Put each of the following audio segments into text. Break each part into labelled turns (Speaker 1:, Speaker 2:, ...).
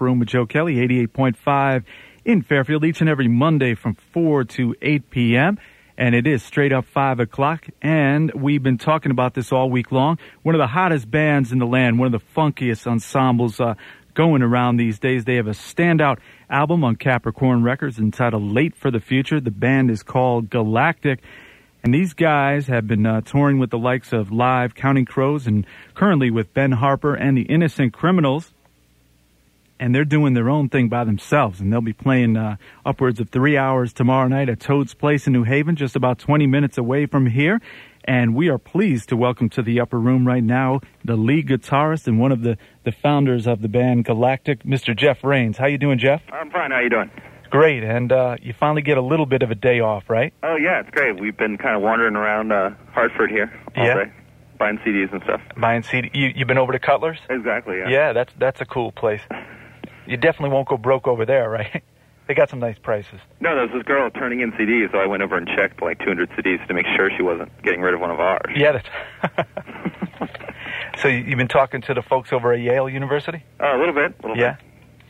Speaker 1: Room with Joe Kelly, 88.5 in Fairfield, each and every Monday from 4 to 8 p.m. And it is straight up 5 o'clock. And we've been talking about this all week long. One of the hottest bands in the land, one of the funkiest ensembles uh, going around these days. They have a standout album on Capricorn Records entitled Late for the Future. The band is called Galactic. And these guys have been uh, touring with the likes of Live, Counting Crows, and currently with Ben Harper and the Innocent Criminals. And they're doing their own thing by themselves. And they'll be playing uh, upwards of three hours tomorrow night at Toad's Place in New Haven, just about 20 minutes away from here. And we are pleased to welcome to the upper room right now the lead guitarist and one of the, the founders of the band Galactic, Mr. Jeff Rains. How you doing, Jeff?
Speaker 2: I'm fine. How you doing?
Speaker 1: Great. And uh, you finally get a little bit of a day off, right?
Speaker 2: Oh yeah, it's great. We've been kind of wandering around uh, Hartford here all
Speaker 1: Yeah.
Speaker 2: day, buying CDs and stuff.
Speaker 1: Buying CD. You, you've been over to Cutler's?
Speaker 2: Exactly. Yeah.
Speaker 1: Yeah, that's that's a cool place. You definitely won't go broke over there, right? They got some nice prices.
Speaker 2: No, there was this girl turning in CDs, so I went over and checked like 200 CDs to make sure she wasn't getting rid of one of ours.
Speaker 1: Yeah, that's. so you- you've been talking to the folks over at Yale University,
Speaker 2: Uh, a little bit. A little
Speaker 1: yeah,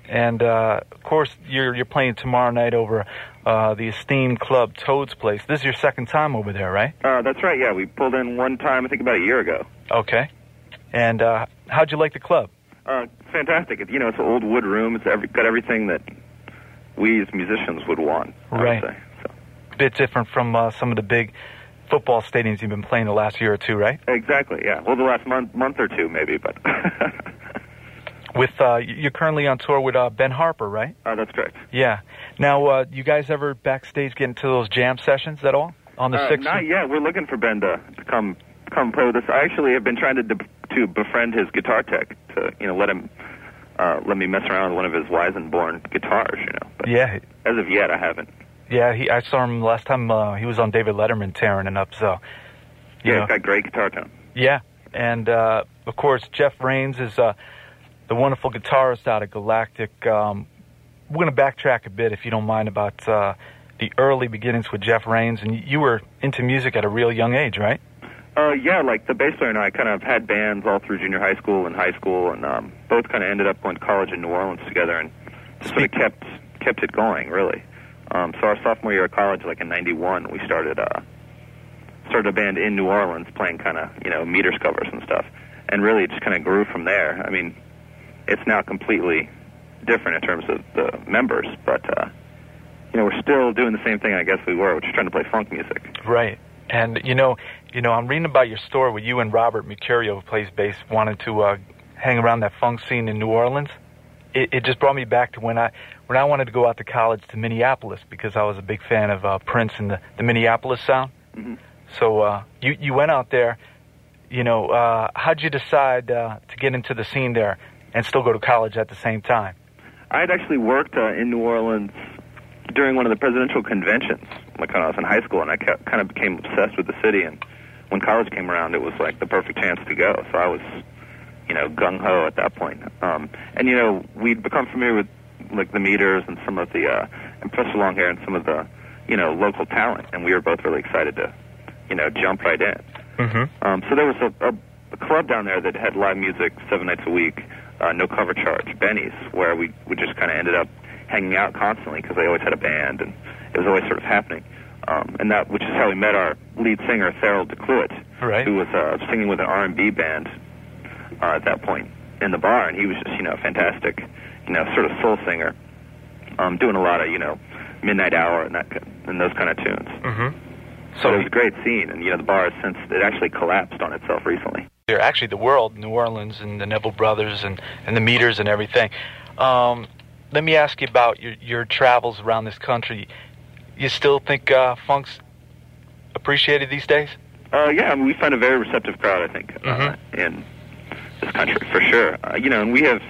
Speaker 1: and uh, of course you're you're playing tomorrow night over uh, the esteemed club Toad's Place. This is your second time over there, right?
Speaker 2: Bit. Uh, that's right. Yeah, we pulled in one time. I think about a year ago.
Speaker 1: Okay. And uh, how'd you like the club?
Speaker 2: Uh, fantastic. It, you know, it's an old wood room. It's every, got everything that we as musicians would want. I would
Speaker 1: Right.
Speaker 2: say.
Speaker 1: Bit different from uh, some of the big football stadiums you've been playing the last year or two, right?
Speaker 2: Exactly. Yeah. Well, the last month, month or two maybe, but uh,
Speaker 1: With uh, you're currently on tour with uh, Ben Harper, right?
Speaker 2: uh, that's correct.
Speaker 1: Yeah. Now, uh, you guys ever backstage get into those jam sessions at all on the
Speaker 2: Uh,
Speaker 1: sixth?
Speaker 2: Not yet. We're looking for Ben to, to come come play with us. I actually have been trying to de- to befriend his guitar tech to you know let him uh, let me mess around with one of his Weisenborn guitars. You know, but
Speaker 1: Yeah,
Speaker 2: as of yet, I haven't.
Speaker 1: yeah. He, I saw him last time. Uh, he was on David Letterman tearing it up. So, you
Speaker 2: Yeah,
Speaker 1: know.
Speaker 2: he's got great guitar tone.
Speaker 1: yeah. And uh, of course, Jeff Rains is uh, the wonderful guitarist out of Galactic. Um, we're going to backtrack a bit, if you don't mind, about uh, the early beginnings with Jeff Rains. And you were into music at a real young age, right?
Speaker 2: Uh, yeah, like the bass player and I kind of had bands all through junior high school and high school, and um, both kind of ended up going to college in New Orleans together, and just sort of kept kept it going really. Um, so our sophomore year of college, like in '91, we started uh, started a band in New Orleans playing kind of you know meters covers and stuff, and really it just kind of grew from there. I mean, it's now completely different in terms of the members, but uh, you know we're still doing the same thing I guess we were, which is trying to play funk music.
Speaker 1: Right. And you know, you know, I'm reading about your story where you and Robert Mercurio, who plays bass, wanted to uh, hang around that funk scene in New Orleans. It, it just brought me back to when I when I wanted to go out to college to Minneapolis because I was a big fan of uh, Prince and the, the Minneapolis sound.
Speaker 2: Mhm.
Speaker 1: So uh, you you went out there. You know, uh, how'd you decide uh, to get into the scene there and still go to college at the same time?
Speaker 2: I had actually worked uh, in New Orleans during one of the presidential conventions, like when I was in high school, and I kept, kind of became obsessed with the city. And when college came around, it was like the perfect chance to go. So I was, you know, gung ho at that point. Um, and you know, we'd become familiar with like the meters and some of the uh, and Professor Longhair and some of the, you know, local talent, and we were both really excited to, you know, jump right in.
Speaker 1: Mm-hmm.
Speaker 2: Um, so there was a, a, a club down there that had live music seven nights a week, uh, no cover charge, Benny's, where we, we just kind of ended up hanging out constantly because they always had a band and it was always sort of happening. Um, and that, which is how we met our lead singer, Thurl DeCluet,
Speaker 1: Right.
Speaker 2: who was uh, singing with an R&B band uh, at that point in the bar, and he was just, you know, fantastic, you know, sort of soul singer, um, doing a lot of, you know, Midnight Hour and, that, ki- and those kind of tunes.
Speaker 1: Mm-hmm.
Speaker 2: So it
Speaker 1: So
Speaker 2: was a great scene, and you know the bar has since it actually collapsed on itself recently.
Speaker 1: they're actually the world, New Orleans and the Neville brothers and, and the meters and everything. Um, let me ask you about your, your travels around this country. You still think uh, funk's appreciated these days?
Speaker 2: Uh, yeah, I mean, we find a very receptive crowd, I think,
Speaker 1: Mhm.
Speaker 2: uh, in this country for sure. Uh, you know, and we have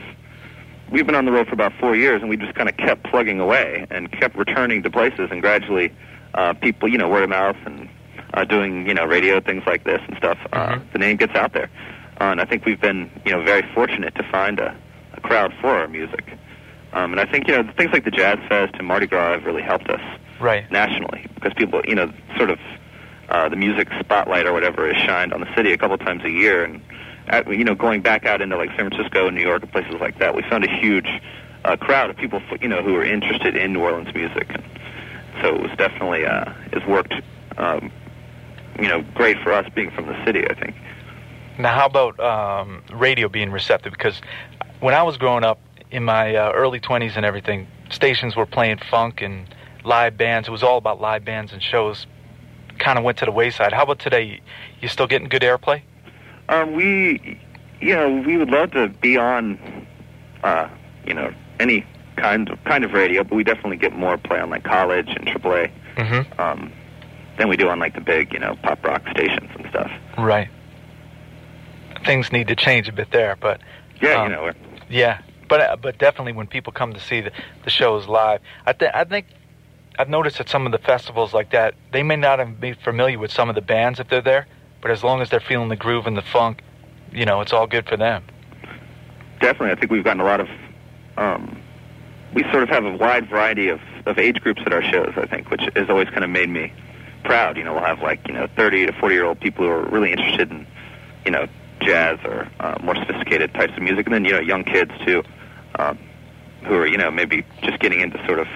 Speaker 2: we've been on the road for about four years, and we just kind of kept plugging away and kept returning to places, and gradually uh, people, you know, word of mouth and uh, doing you know radio things like this and stuff. Uh,
Speaker 1: Mhm.
Speaker 2: the name gets out there, uh, and I think we've been you know very fortunate to find a, a crowd for our music. Um, and I think you know things like the Jazz Fest and Mardi Gras have really helped us.
Speaker 1: Right.
Speaker 2: nationally because people, you know, sort of uh, the music spotlight or whatever is shined on the city a couple times a year, and uh, you know, going back out into like San Francisco and New York and places like that, we found a huge a crowd of people, you know, who are interested in New Orleans music. And so it was definitely uh, it's worked, um, you know, great for us being from the city. I think.
Speaker 1: Now, how about um, radio being receptive? Because when I was growing up in my uh, early 20s and everything, stations were playing funk and live bands. It was all about live bands and shows. Kind of went to the wayside. How about today? You still getting good airplay?
Speaker 2: Um, we, you know, we would love to be on, uh, you know, any kind of kind of radio, but we definitely get more play on like college and AAA
Speaker 1: Mm-hmm.
Speaker 2: um, than we do on like the big, you know, pop rock stations and stuff.
Speaker 1: Right. Things need to change a bit there, but
Speaker 2: Yeah,
Speaker 1: Um,
Speaker 2: you know, we're-
Speaker 1: Yeah, but uh, but definitely when people come to see the, the shows live, I think I think I've noticed at some of the festivals like that, they may not have been familiar with some of the bands if they're there, but as long as they're feeling the groove and the funk, you know, it's all good for them.
Speaker 2: definitely. I think we've gotten a lot of. Um, we sort of have a wide variety of, of age groups at our shows. I think, which has always kind of made me proud. You know, we'll have like you know thirty to forty year old people who are really interested in you know jazz or uh, more sophisticated types of music, and then you know young kids too, um, who are you know maybe just getting into sort of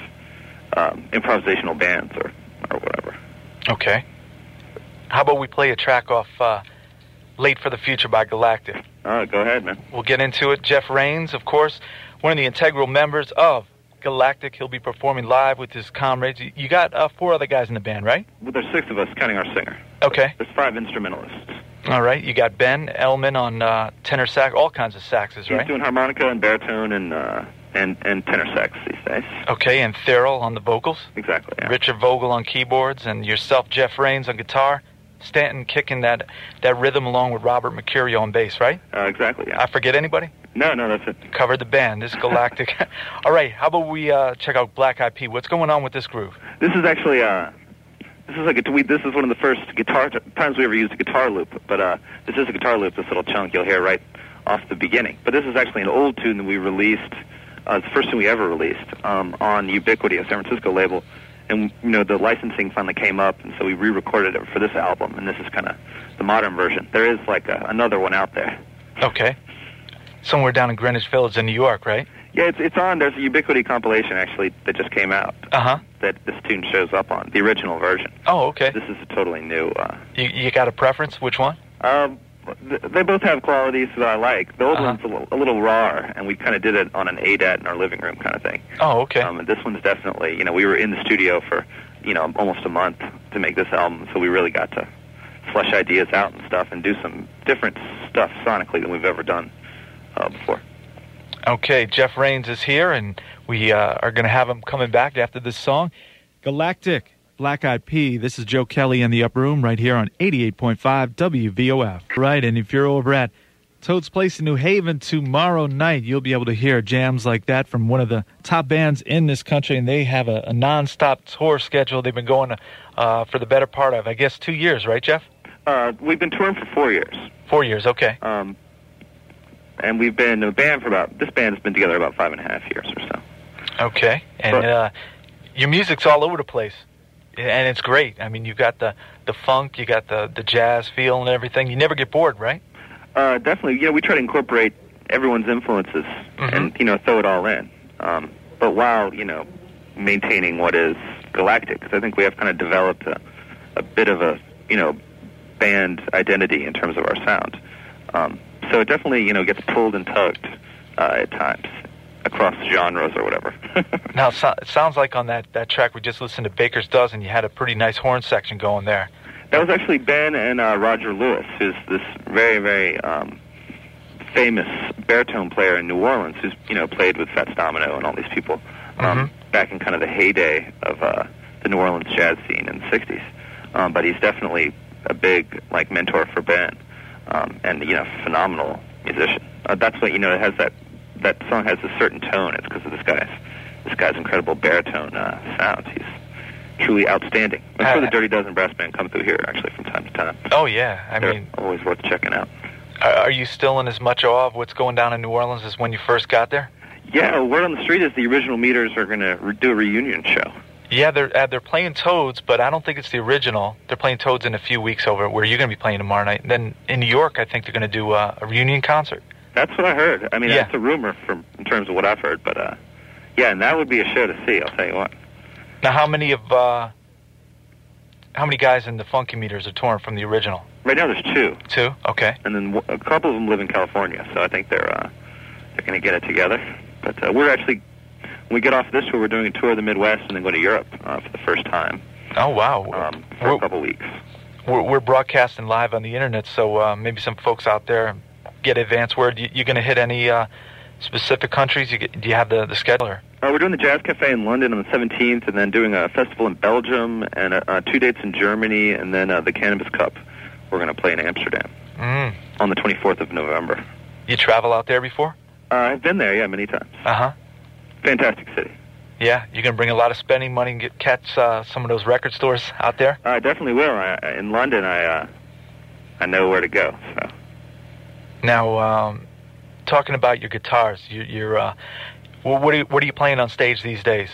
Speaker 2: um, improvisational bands or or whatever.
Speaker 1: Okay. How about we play a track off uh, "Late for the Future" by Galactic?
Speaker 2: All right, Uh, go ahead, man.
Speaker 1: We'll get into it. Jeff Rains, of course, one of the integral members of Galactic. He'll be performing live with his comrades. You- You got uh, four other guys in the band, right?
Speaker 2: Well, there's six of us counting our singer.
Speaker 1: Okay.
Speaker 2: There's five instrumentalists.
Speaker 1: All right, you got Ben Elman on uh, tenor sax, all kinds of saxes,
Speaker 2: He's
Speaker 1: right?
Speaker 2: doing harmonica and baritone and uh, and and tenor sax these days.
Speaker 1: Okay, and Thurl on the vocals,
Speaker 2: Exactly. Yeah.
Speaker 1: Richard Vogel on keyboards, and yourself, Jeff Rains on guitar. Stanton kicking that that rhythm along with Robert Mercurio on bass, right?
Speaker 2: Uh, exactly. Yeah.
Speaker 1: I forget anybody.
Speaker 2: No, no, that's it.
Speaker 1: Covered the band. This galactic. all right, how about we uh, check out Black Eyed Peas? What's going on with this groove?
Speaker 2: This is actually uh, this is like a we, this is one of the first guitar times we ever used a guitar loop. But uh, this is a guitar loop. This little chunk you'll hear right off the beginning. But this is actually an old tune that we released. Uh, it's the first tune we ever released um, on Ubiquity, a San Francisco label. And you know the licensing finally came up, and so we re-recorded it for this album. And this is kind of the modern version. There is like a, another one out there.
Speaker 1: Okay, somewhere down in Greenwich Village in New York, right?
Speaker 2: Yeah, it's it's on. There's a Ubiquity compilation actually that just came out
Speaker 1: Uh huh.
Speaker 2: that this tune shows up on the original version.
Speaker 1: Oh, okay.
Speaker 2: This is a totally new. Uh,
Speaker 1: You, you got a preference? Which one?
Speaker 2: um, th- they both have qualities that I like. The old
Speaker 1: Uh-huh.
Speaker 2: one's a little, a little raw, and we kind of did it on an ADAT in our living room kind of thing.
Speaker 1: Oh, okay.
Speaker 2: Um, and this one's definitely, you know, we were in the studio for, you know, almost a month to make this album, so we really got to flesh ideas out and stuff and do some different stuff sonically than we've ever done uh, before.
Speaker 1: Okay, Jeff Rains is here, and we uh, are going to have him coming back after this song.
Speaker 3: Galactic, Black Eyed Pea. This is Joe Kelly in the Up Room right here on 88.5 WVOF. Right, and if you're over at Toad's Place in New Haven tomorrow night, you'll be able to hear jams like that from one of the top bands in this country, and they have a, a nonstop tour schedule. They've been going uh, for the better part of, I guess, two years, right, Jeff?
Speaker 2: Uh, we've been touring for four years.
Speaker 1: Four years, okay.
Speaker 2: Um, and we've been a band for about this band has been together about five and a half years or so.
Speaker 1: Okay, and uh, your music's all over the place, and it's great. I mean, you got the, the funk, you got the, the jazz feel and everything. You never get bored, right?
Speaker 2: Uh, definitely, you know, we try to incorporate everyone's influences
Speaker 1: Mhm.
Speaker 2: and you know throw it all in, um, but while you know maintaining what is galactic. 'Cause I think we have kind of developed a, a bit of a you know band identity in terms of our sound. Um, so it definitely you know gets pulled and tugged uh, at times across genres or whatever.
Speaker 1: Now, so, it sounds like on that, that track we just listened to, Baker's Dozen, you had a pretty nice horn section going there.
Speaker 2: That was actually Ben and uh, Roger Lewis, who's this very, very um, famous baritone player in New Orleans, who's you know played with Fats Domino and all these people um, back in kind of the heyday of uh, the New Orleans jazz scene in the '60s. Um, but he's definitely a big like mentor for Ben, um, and you know phenomenal musician. Uh, that's what you know. It has that that song has a certain tone. It's because of this guy's this guy's incredible baritone uh, sound. He's truly outstanding. I'm sure the Dirty Dozen brass band come through here actually from time to time.
Speaker 1: Oh, yeah. I
Speaker 2: They're
Speaker 1: mean,
Speaker 2: always worth checking out.
Speaker 1: are, are you still in as much awe of what's going down in New Orleans as when you first got there?
Speaker 2: Yeah, word on the street is the original meters are going to re- do a reunion show.
Speaker 1: Yeah, they're, uh, they're playing Toads, but I don't think it's the original. They're playing Toads in a few weeks over where you're going to be playing tomorrow night. And then in New York, I think they're going to do uh, a reunion concert.
Speaker 2: That's what I heard. I mean,
Speaker 1: Yeah.
Speaker 2: that's a rumor from in terms of what I've heard, but uh, Yeah, and that would be a show to see. I'll tell you what.
Speaker 1: Now, how many of uh, how many guys in the Funky Meters are torn from the original?
Speaker 2: Right now there's two,
Speaker 1: Two. Okay.
Speaker 2: and then w- a couple of them live in California, so I think they're uh, they're going to get it together. But uh, we're actually when we get off this tour, we're doing a tour of the Midwest and then go to Europe uh, for the first time
Speaker 1: Oh wow.
Speaker 2: um, for a
Speaker 1: we're,
Speaker 2: couple weeks.
Speaker 1: we're, we're broadcasting live on the internet, so uh, maybe some folks out there get advance word. You, you're going to hit any uh, specific countries? You get, do you have the the scheduler?
Speaker 2: Uh, we're doing the Jazz Cafe in London on the 17th, and then doing a festival in Belgium, and uh, uh, two dates in Germany, and then uh, the Cannabis Cup. We're going to play in Amsterdam
Speaker 1: Mm.
Speaker 2: on the 24th of November.
Speaker 1: You travel out there before?
Speaker 2: Uh, I've been there, yeah, many times.
Speaker 1: Uh huh.
Speaker 2: Fantastic city.
Speaker 1: Yeah, you're gonna bring a lot of spending money and get catch uh, some of those record stores out there.
Speaker 2: I definitely will. I, in London, I uh, I know where to go. So
Speaker 1: Now, um, talking about your guitars, you, you're uh, wh- what are you, what are you playing on stage these days?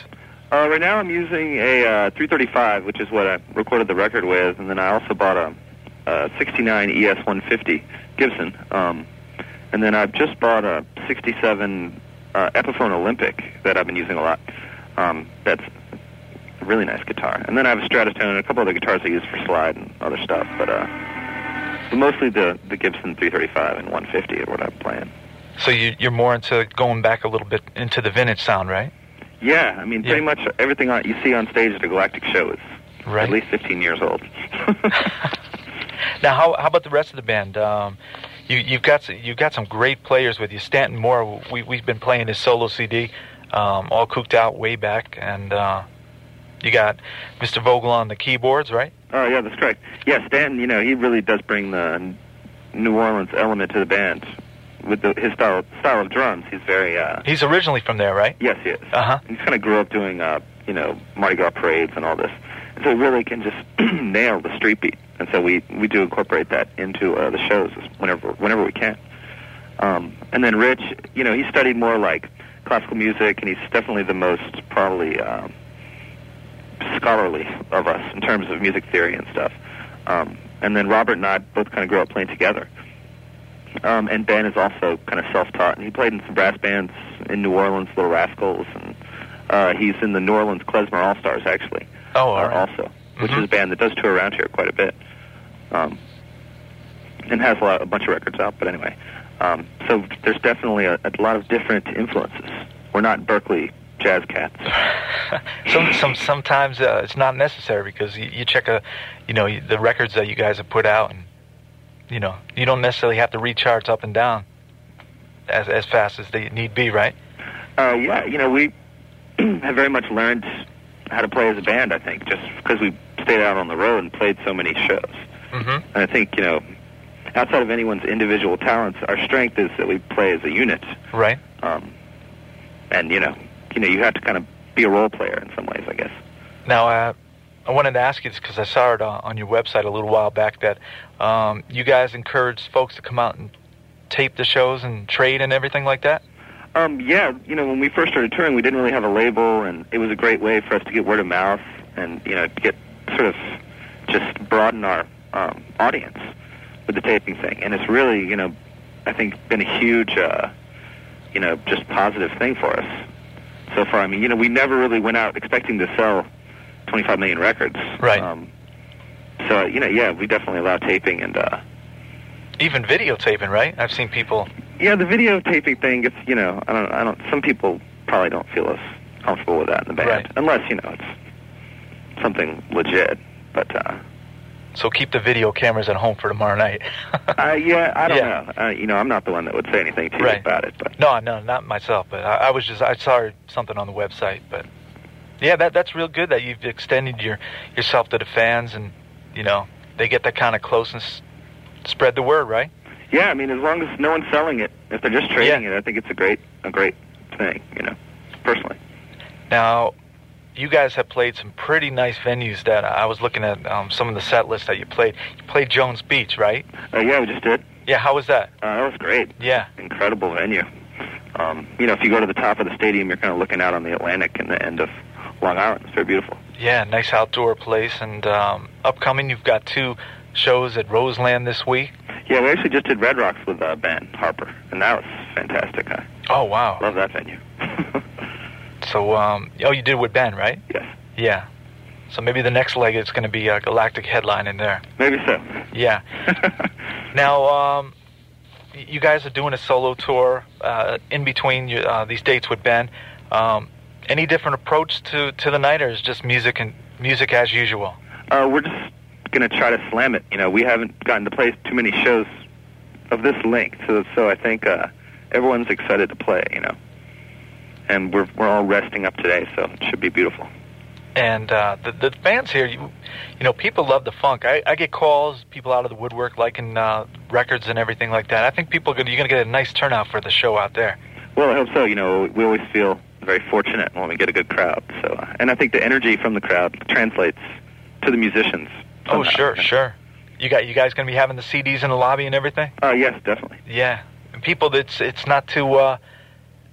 Speaker 2: uh, right now, I'm using a uh, 335, which is what I recorded the record with, and then I also bought a, a E 69 ES 150 Gibson, um, and then I've just bought a 67 uh, Epiphone Olympic that I've been using a lot. Um, that's a really nice guitar, and then I have a Stratostone and a couple other guitars I use for slide and other stuff, but. Uh, Mostly the the Gibson 335 and 150 are what I'm playing.
Speaker 1: So you, you're more into going back a little bit into the vintage sound, right?
Speaker 2: Yeah, I mean, pretty
Speaker 1: Yeah.
Speaker 2: much everything on, you see on stage at a Galactic show is
Speaker 1: Right.
Speaker 2: at least 15 years old.
Speaker 1: Now, how, how about the rest of the band? Um, you, you've got s- you've got some great players with you. Stanton Moore, we we've been playing his solo CD, um, all cooked out way back, and uh, you got Mr. Vogel on the keyboards, right?
Speaker 2: oh, yeah, that's correct. Yeah, Stan, you know, he really does bring the New Orleans element to the band with the, his style style of drums. He's very uh,
Speaker 1: He's originally from there, right?
Speaker 2: yes, he is.
Speaker 1: Uh huh.
Speaker 2: He's kind of grew up doing uh, you know Mardi Gras parades and all this, so he really can just nail the street beat. And so we we do incorporate that into uh, the shows whenever whenever we can. Um, and then Rich, you know, he studied more like classical music, and he's definitely the most probably um, scholarly of us in terms of music theory and stuff. Um, and then Robert and I both kind of grew up playing together. Um, and Ben is also kind of self-taught, and he played in some brass bands in New Orleans, Little Rascals, and uh, he's in the New Orleans Klezmer All Stars actually,
Speaker 1: Oh,
Speaker 2: uh,
Speaker 1: all right.
Speaker 2: also, which
Speaker 1: Mhm.
Speaker 2: is a band that does tour around here quite a bit, um, and has a, lot, a bunch of records out. But anyway, um, so there's definitely a, a lot of different influences. We're not Berkeley jazz cats.
Speaker 1: some, some, sometimes uh, it's not necessary because you, you check a, you know, the records that you guys have put out, and you know, you don't necessarily have to read charts up and down as as fast as they need be, right?
Speaker 2: Uh, yeah, you know, we have very much learned how to play as a band. I think just because we stayed out on the road and played so many shows.
Speaker 1: Mm-hmm.
Speaker 2: And I think, you know, outside of anyone's individual talents, our strength is that we play as a unit.
Speaker 1: Right.
Speaker 2: Um, and you know, you know, you have to kind of be a role player in some ways, I guess.
Speaker 1: Now, uh, I wanted to ask you this because I saw it uh, on, on your website a little while back that um, you guys encourage folks to come out and tape the shows and trade and everything like that.
Speaker 2: Um, yeah, you know, when we first started touring, we didn't really have a label, and it was a great way for us to get word of mouth and you know, to get sort of just broaden our um, audience with the taping thing. And it's really, you know, I think been a huge, uh, you know, just positive thing for us so far. I mean, you know, we never really went out expecting to sell 25 million records.
Speaker 1: Right.
Speaker 2: Um, so you know, yeah, we definitely allow taping and. uh
Speaker 1: Even videotaping, right? I've seen people.
Speaker 2: yeah, the videotaping thing. It's you know, I don't, I don't. Some people probably don't feel as comfortable with that in the band,
Speaker 1: Right.
Speaker 2: unless you know it's something legit. But uh,
Speaker 1: So keep the video cameras at home for tomorrow night.
Speaker 2: uh yeah, I don't
Speaker 1: Yeah.
Speaker 2: know. Uh, you know, I'm not the one that would say anything to you
Speaker 1: Right.
Speaker 2: about it. But
Speaker 1: No, no, not myself, but I, I was just I saw something on the website, but yeah, that that's real good that you've extended your yourself to the fans, and you know they get that kind of closeness. Spread the word, right?
Speaker 2: yeah, I mean, as long as no one's selling it, if they're just trading it, I think it's a great, a great thing. You know, personally.
Speaker 1: Now, you guys have played some pretty nice venues that I was looking at um, some of the set lists that you played. You played Jones Beach, right?
Speaker 2: Uh, yeah, we just did.
Speaker 1: Yeah, how was that?
Speaker 2: Uh, that was great.
Speaker 1: Yeah,
Speaker 2: Incredible venue. Um, you know, if you go to the top of the stadium, you're kind of looking out on the Atlantic and the end of Long Island. It's very beautiful.
Speaker 1: yeah, nice outdoor place, and um, upcoming you've got two shows at Roseland this week.
Speaker 2: Yeah, we actually just did Red Rocks with uh, Ben Harper, and that was fantastic. I
Speaker 1: Oh wow!
Speaker 2: love that venue.
Speaker 1: So, um, oh, you did with Ben, right?
Speaker 2: Yes.
Speaker 1: Yeah. So maybe the next leg it's going to be a galactic headline in there.
Speaker 2: Maybe so.
Speaker 1: Yeah. now, um, y- you guys are doing a solo tour uh, in between your, uh, these dates with Ben. Um, any different approach to, to the night, or is just music and music as usual?
Speaker 2: Uh, we're just gonna try to slam it. You know, we haven't gotten to play too many shows of this length, so so I think uh, everyone's excited to play. You know, and we're we're all resting up today, so it should be beautiful.
Speaker 1: And uh, the the fans here, you, you know, people love the funk. I, I get calls, people out of the woodwork liking uh, records and everything like that. I think people are gonna, you're going to get a nice turnout for the show out there.
Speaker 2: Well, I hope so. You know, we always feel very fortunate when we get a good crowd. So, uh, and I think the energy from the crowd translates to the musicians.
Speaker 1: Oh,
Speaker 2: somehow.
Speaker 1: sure, sure. You got you guys going to be having the CDs in the lobby and everything.
Speaker 2: Uh, yes, definitely.
Speaker 1: Yeah, and people, it's it's not too uh,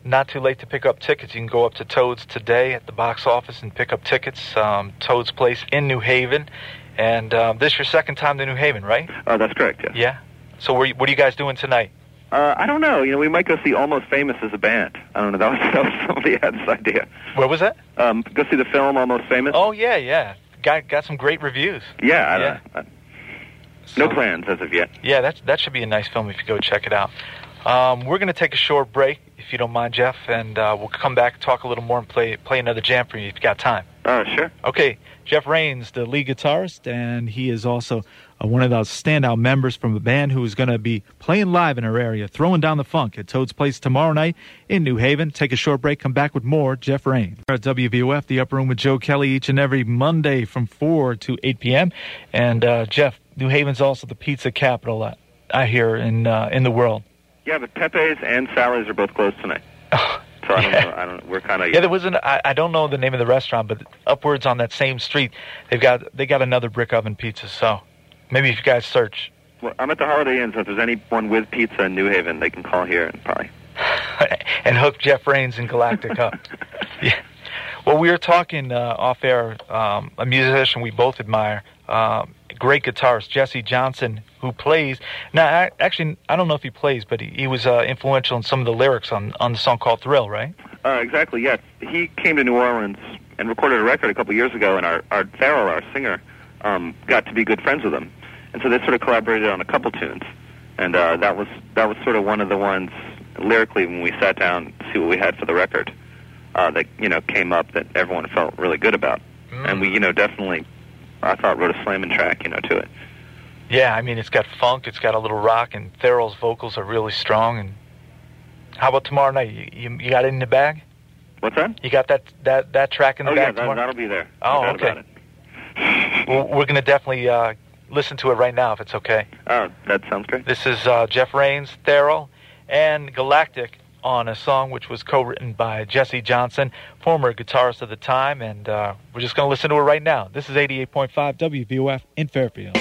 Speaker 1: not too late to pick up tickets. You can go up to Toad's today at the box office and pick up tickets. Um, Toad's Place in New Haven, and um, this your second time to New Haven, right?
Speaker 2: Uh, that's correct. Yeah.
Speaker 1: Yeah. So where, you- what are you guys doing tonight?
Speaker 2: Uh, I don't know. You know, we might go see Almost Famous as a band. I don't know. That was, that was somebody had this idea.
Speaker 1: Where was that?
Speaker 2: Um, go see the film Almost Famous.
Speaker 1: Oh yeah, yeah. Got got some great reviews.
Speaker 2: Yeah, I
Speaker 1: Yeah. Oh.
Speaker 2: Don't, Uh, no
Speaker 1: So-
Speaker 2: plans as of yet.
Speaker 1: Yeah, that's that should be a nice film if you go check it out. Um, we're gonna take a short break if you don't mind, Jeff, and uh, we'll come back, talk a little more, and play play another jam for you if you got time.
Speaker 2: Uh, sure.
Speaker 1: Okay, Jeff Rains, the lead guitarist, and he is also uh, one of the standout members from the band who is going to be playing live in our area, throwing down the funk at Toad's Place tomorrow night in New Haven. Take a short break, come back with more Jeff Rains. We're At WVOF, the Upper Room with Joe Kelly, each and every Monday from 4 to 8 p.m. And uh, Jeff, New Haven's also the pizza capital, uh, I hear, in, uh, in the world.
Speaker 2: Yeah, but Pepe's and Sally's are both closed tonight. so I don't know. I don't. We're kind of.
Speaker 1: Oh, Yeah, there was an. I, I don't know the name of the restaurant, but upwards on that same street, they've got they got another brick oven pizza. So maybe if you guys search
Speaker 2: well, I'm at the Holiday Inn, so if there's anyone with pizza in New Haven, they can call here and probably.
Speaker 1: and hook Jeff Rains and Galactic up. Yeah. Well, we were talking uh, off air. Um, a musician we both admire, um, great guitarist Jesse Johnson, who plays. Now, I, actually, I don't know if he plays, but he, he was uh, influential in some of the lyrics on on the song called Thrill, right?
Speaker 2: Uh, exactly. Yes, he came to New Orleans and recorded a record a couple years ago, and our our Farrell, our singer, um, got to be good friends with him, and so they sort of collaborated on a couple tunes, and uh, that was that was sort of one of the ones lyrically when we sat down to see what we had for the record uh, that you know came up that everyone felt really good about, and we
Speaker 1: Mm.
Speaker 2: you know definitely I thought wrote a slamming track you know to it.
Speaker 1: Yeah, I mean it's got funk, it's got a little rock, and Therrell's vocals are really strong. And how about tomorrow night? You, you, you got it in the bag?
Speaker 2: What's that?
Speaker 1: You got that that, that track in the
Speaker 2: Oh yeah,
Speaker 1: bag
Speaker 2: that,
Speaker 1: tomorrow?
Speaker 2: that'll be there.
Speaker 1: Oh,
Speaker 2: No doubt
Speaker 1: okay.
Speaker 2: about it.
Speaker 1: Well, we're gonna definitely uh, listen to it right now if it's okay.
Speaker 2: Oh, that sounds great.
Speaker 1: This is uh, Jeff Rains, Therrell, and Galactic on a song which was co-written by Jesse Johnson, former guitarist of the time, and uh, we're just gonna listen to it right now. This is 88.5 WVOF in Fairfield.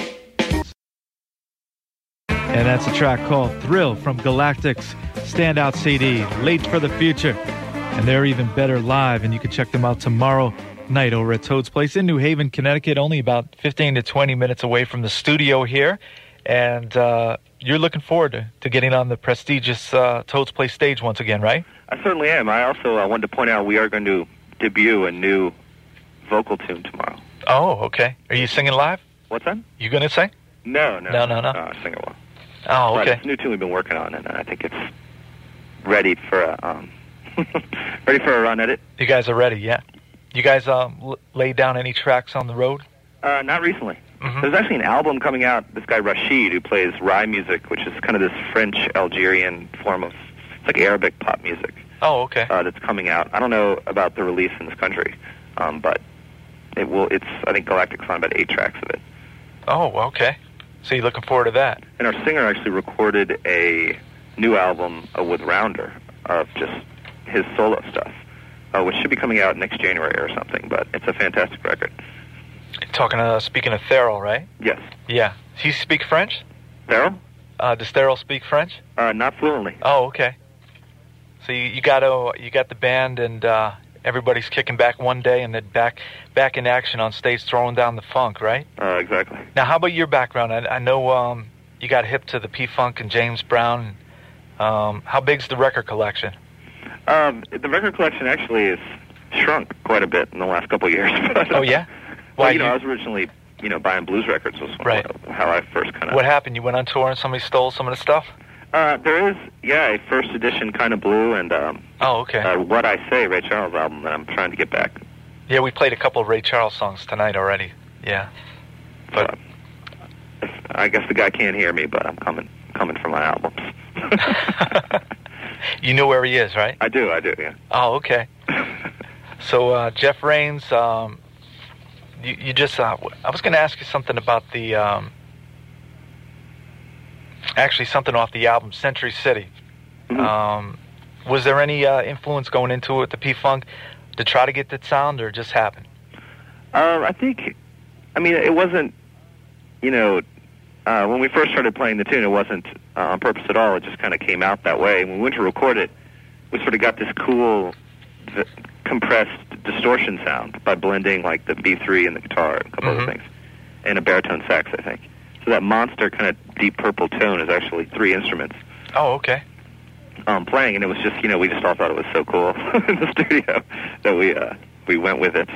Speaker 1: And that's a track called Thrill from Galactic's standout CD, Late for the Future. And they're even better live, and you can check them out tomorrow night over at Toad's Place in New Haven, Connecticut, only about 15 to 20 minutes away from the studio here. And uh, you're looking forward to, to getting on the prestigious uh, Toad's Place stage once again, right?
Speaker 2: I certainly am. I also uh, wanted to point out we are going to debut a new vocal tune tomorrow.
Speaker 1: Oh, okay. Are you singing live?
Speaker 2: What's that?
Speaker 1: You going to sing?
Speaker 2: No, no,
Speaker 1: No, no, no.
Speaker 2: Uh, sing it well.
Speaker 1: Oh,
Speaker 2: But
Speaker 1: okay.
Speaker 2: it's a new tune we've been working on, and I think it's ready for a um, ready for a run at it.
Speaker 1: You guys are ready, yeah? You guys um, l- laid down any tracks on the road?
Speaker 2: Uh, not recently.
Speaker 1: Mhm.
Speaker 2: There's actually an album coming out. This guy Rashid, who plays Rai music, which is kind of this French Algerian form of it's like Arabic pop music
Speaker 1: Oh, okay.
Speaker 2: uh, that's coming out. I don't know about the release in this country, um, but it will. It's I think Galactic's on about eight tracks of it.
Speaker 1: Oh, okay. So you're looking forward to that?
Speaker 2: And our singer actually recorded a new album uh, with Rounder of just his solo stuff, uh, which should be coming out next January or something. But it's a fantastic record.
Speaker 1: Talking, uh, speaking of Therrell, right?
Speaker 2: Yes,
Speaker 1: Yeah. Does he speak French?
Speaker 2: Daryl,
Speaker 1: Uh, does Therrell speak French?
Speaker 2: uh, not fluently.
Speaker 1: Oh, okay. So you, you got oh, you got the band and uh, everybody's kicking back one day and then back back in action on stage throwing down the funk, right?
Speaker 2: Uh, exactly.
Speaker 1: Now, how about your background? I, I know um, you got hip to the P Funk and James Brown. Um, how big's the record collection?
Speaker 2: Um, the record collection actually is shrunk quite a bit in the last couple of years. but,
Speaker 1: Oh yeah.
Speaker 2: well,
Speaker 1: Why
Speaker 2: you know,
Speaker 1: you-
Speaker 2: I was originally you know buying blues records was
Speaker 1: Right.
Speaker 2: how I first kind of
Speaker 1: What happened? You went on tour and somebody stole some of the stuff?
Speaker 2: Uh, there is, yeah, a first edition kind of blue and um,
Speaker 1: Oh, okay.
Speaker 2: uh, what I say, Ray Charles album that I'm trying to get back.
Speaker 1: yeah, we played a couple of Ray Charles songs tonight already. Yeah. But-
Speaker 2: Uh, if- uh, I guess the guy can't hear me, but I'm coming, coming for my albums.
Speaker 1: you know where he is, right?
Speaker 2: I do, I do, yeah.
Speaker 1: Oh, okay. So uh, Jeff Rains, um, you, you just uh, w- I was going to ask you something about the um, actually something off the album Century City.
Speaker 2: Mhm.
Speaker 1: Um, was there any uh, influence going into it with the P Funk to try to get that sound, or it just happen?
Speaker 2: Um, I think, I mean, it wasn't, you know, uh, when we first started playing the tune, it wasn't uh, on purpose at all. It just kind of came out that way. When we went to record it, we sort of got this cool v- compressed distortion sound by blending like the B3 and the guitar and a couple
Speaker 1: Mhm.
Speaker 2: other things, and a baritone sax, I think. So that monster kind of deep purple tone is actually three instruments
Speaker 1: Oh, okay.
Speaker 2: um, playing, and it was just you know we just all thought it was so cool in the studio that we uh, we went with it.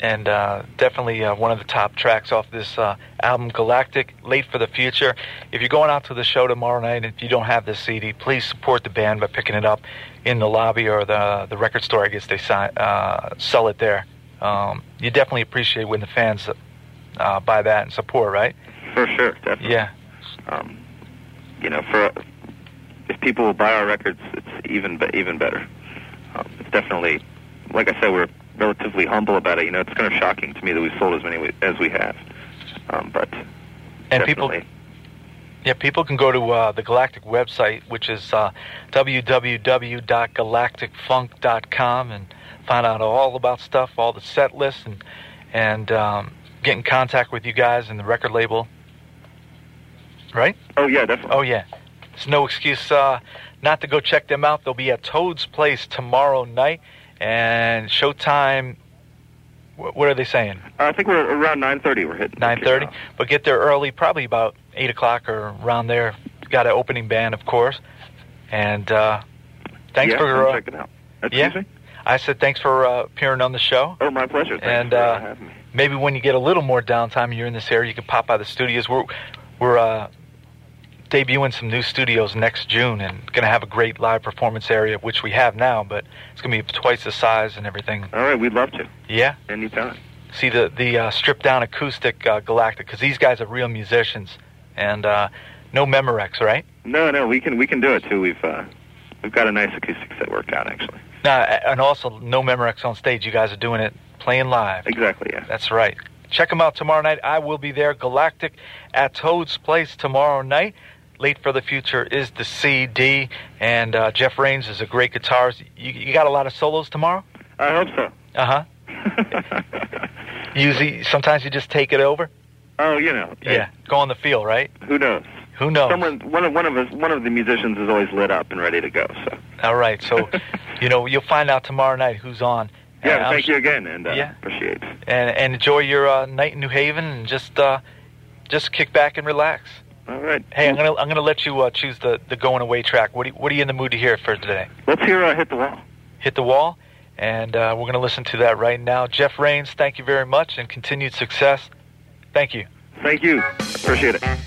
Speaker 1: and uh, definitely uh, one of the top tracks off this uh, album, Galactic, Late for the Future. If you're going out to the show tomorrow night, if you don't have this CD, please support the band by picking it up in the lobby or the the record store. I guess they si- uh, sell it there. Um, you definitely appreciate when the fans uh, buy that and support, right?
Speaker 2: For sure, definitely.
Speaker 1: Yeah.
Speaker 2: um, you know, for if people will buy our records, it's even be- even better. Um, it's definitely, like I said, we're relatively humble about it. You know, it's kind of shocking to me that we've sold as many we, as we have. Um, but
Speaker 1: And people
Speaker 2: definitely,
Speaker 1: Yeah, people can go to uh, the Galactic website, which is uh, www.galacticfunk.com, and find out all about stuff, all the set lists, and and um, get in contact with you guys and the record label. Right?
Speaker 2: oh yeah, definitely.
Speaker 1: Oh yeah, it's no excuse uh, not to go check them out. They'll be at Toad's Place tomorrow night, and showtime. wh- What are they saying?
Speaker 2: Uh, I think we're around 9:30. We're hitting
Speaker 1: nine thirty. But get there early, probably about eight o'clock or around there. Got an opening band, of course. And uh, thanks
Speaker 2: yeah,
Speaker 1: for
Speaker 2: come
Speaker 1: uh,
Speaker 2: check it out. Excuse
Speaker 1: yeah.
Speaker 2: me.
Speaker 1: I said thanks for uh, appearing on the show.
Speaker 2: Oh, my pleasure. Thanks
Speaker 1: And,
Speaker 2: for
Speaker 1: uh,
Speaker 2: having me.
Speaker 1: Maybe when you get a little more downtime, and you're in this area, you can pop by the studios. We're we're uh, debuting some new studios next June, and gonna have a great live performance area, which we have now, but it's gonna be twice the size and everything.
Speaker 2: All right, we'd love to
Speaker 1: Yeah.
Speaker 2: anytime.
Speaker 1: see the the uh, stripped down acoustic uh, Galactic because these guys are real musicians and uh, no Memorex, right?
Speaker 2: No, no, we can we can do it too. We've uh, we've got a nice acoustic set worked out actually.
Speaker 1: Nah, and also no Memorex on stage. You guys are doing it playing live.
Speaker 2: Exactly. Yeah.
Speaker 1: That's right. Check them out tomorrow night. I will be there. Galactic at Toad's Place tomorrow night. Late for the Future is the CD, and uh, Jeff Rains is a great guitarist. You, you got a lot of solos tomorrow?
Speaker 2: I hope so.
Speaker 1: Uh huh. Usually, sometimes you just take it over.
Speaker 2: oh, you know. hey,
Speaker 1: Yeah. Oh. Go on the field, right?
Speaker 2: Who knows?
Speaker 1: Who knows?
Speaker 2: Someone, one of one of us, one of the musicians is always lit up and ready to go. So
Speaker 1: All right. So, you know, you'll find out tomorrow night who's on.
Speaker 2: yeah,
Speaker 1: And I'm
Speaker 2: thank
Speaker 1: sh-
Speaker 2: you again, and uh,
Speaker 1: Yeah.
Speaker 2: appreciate.
Speaker 1: And, and enjoy your uh, night in New Haven, and just uh, just kick back and relax.
Speaker 2: All right,
Speaker 1: Hey, I'm gonna I'm gonna let you uh, choose the, the going away track. What do you, what are you in the mood to hear for today?
Speaker 2: let's hear uh, "Hit the Wall."
Speaker 1: Hit the wall, and uh, we're gonna listen to that right now. Jeff Rains, thank you very much, and continued success. Thank you.
Speaker 2: Thank you, appreciate it.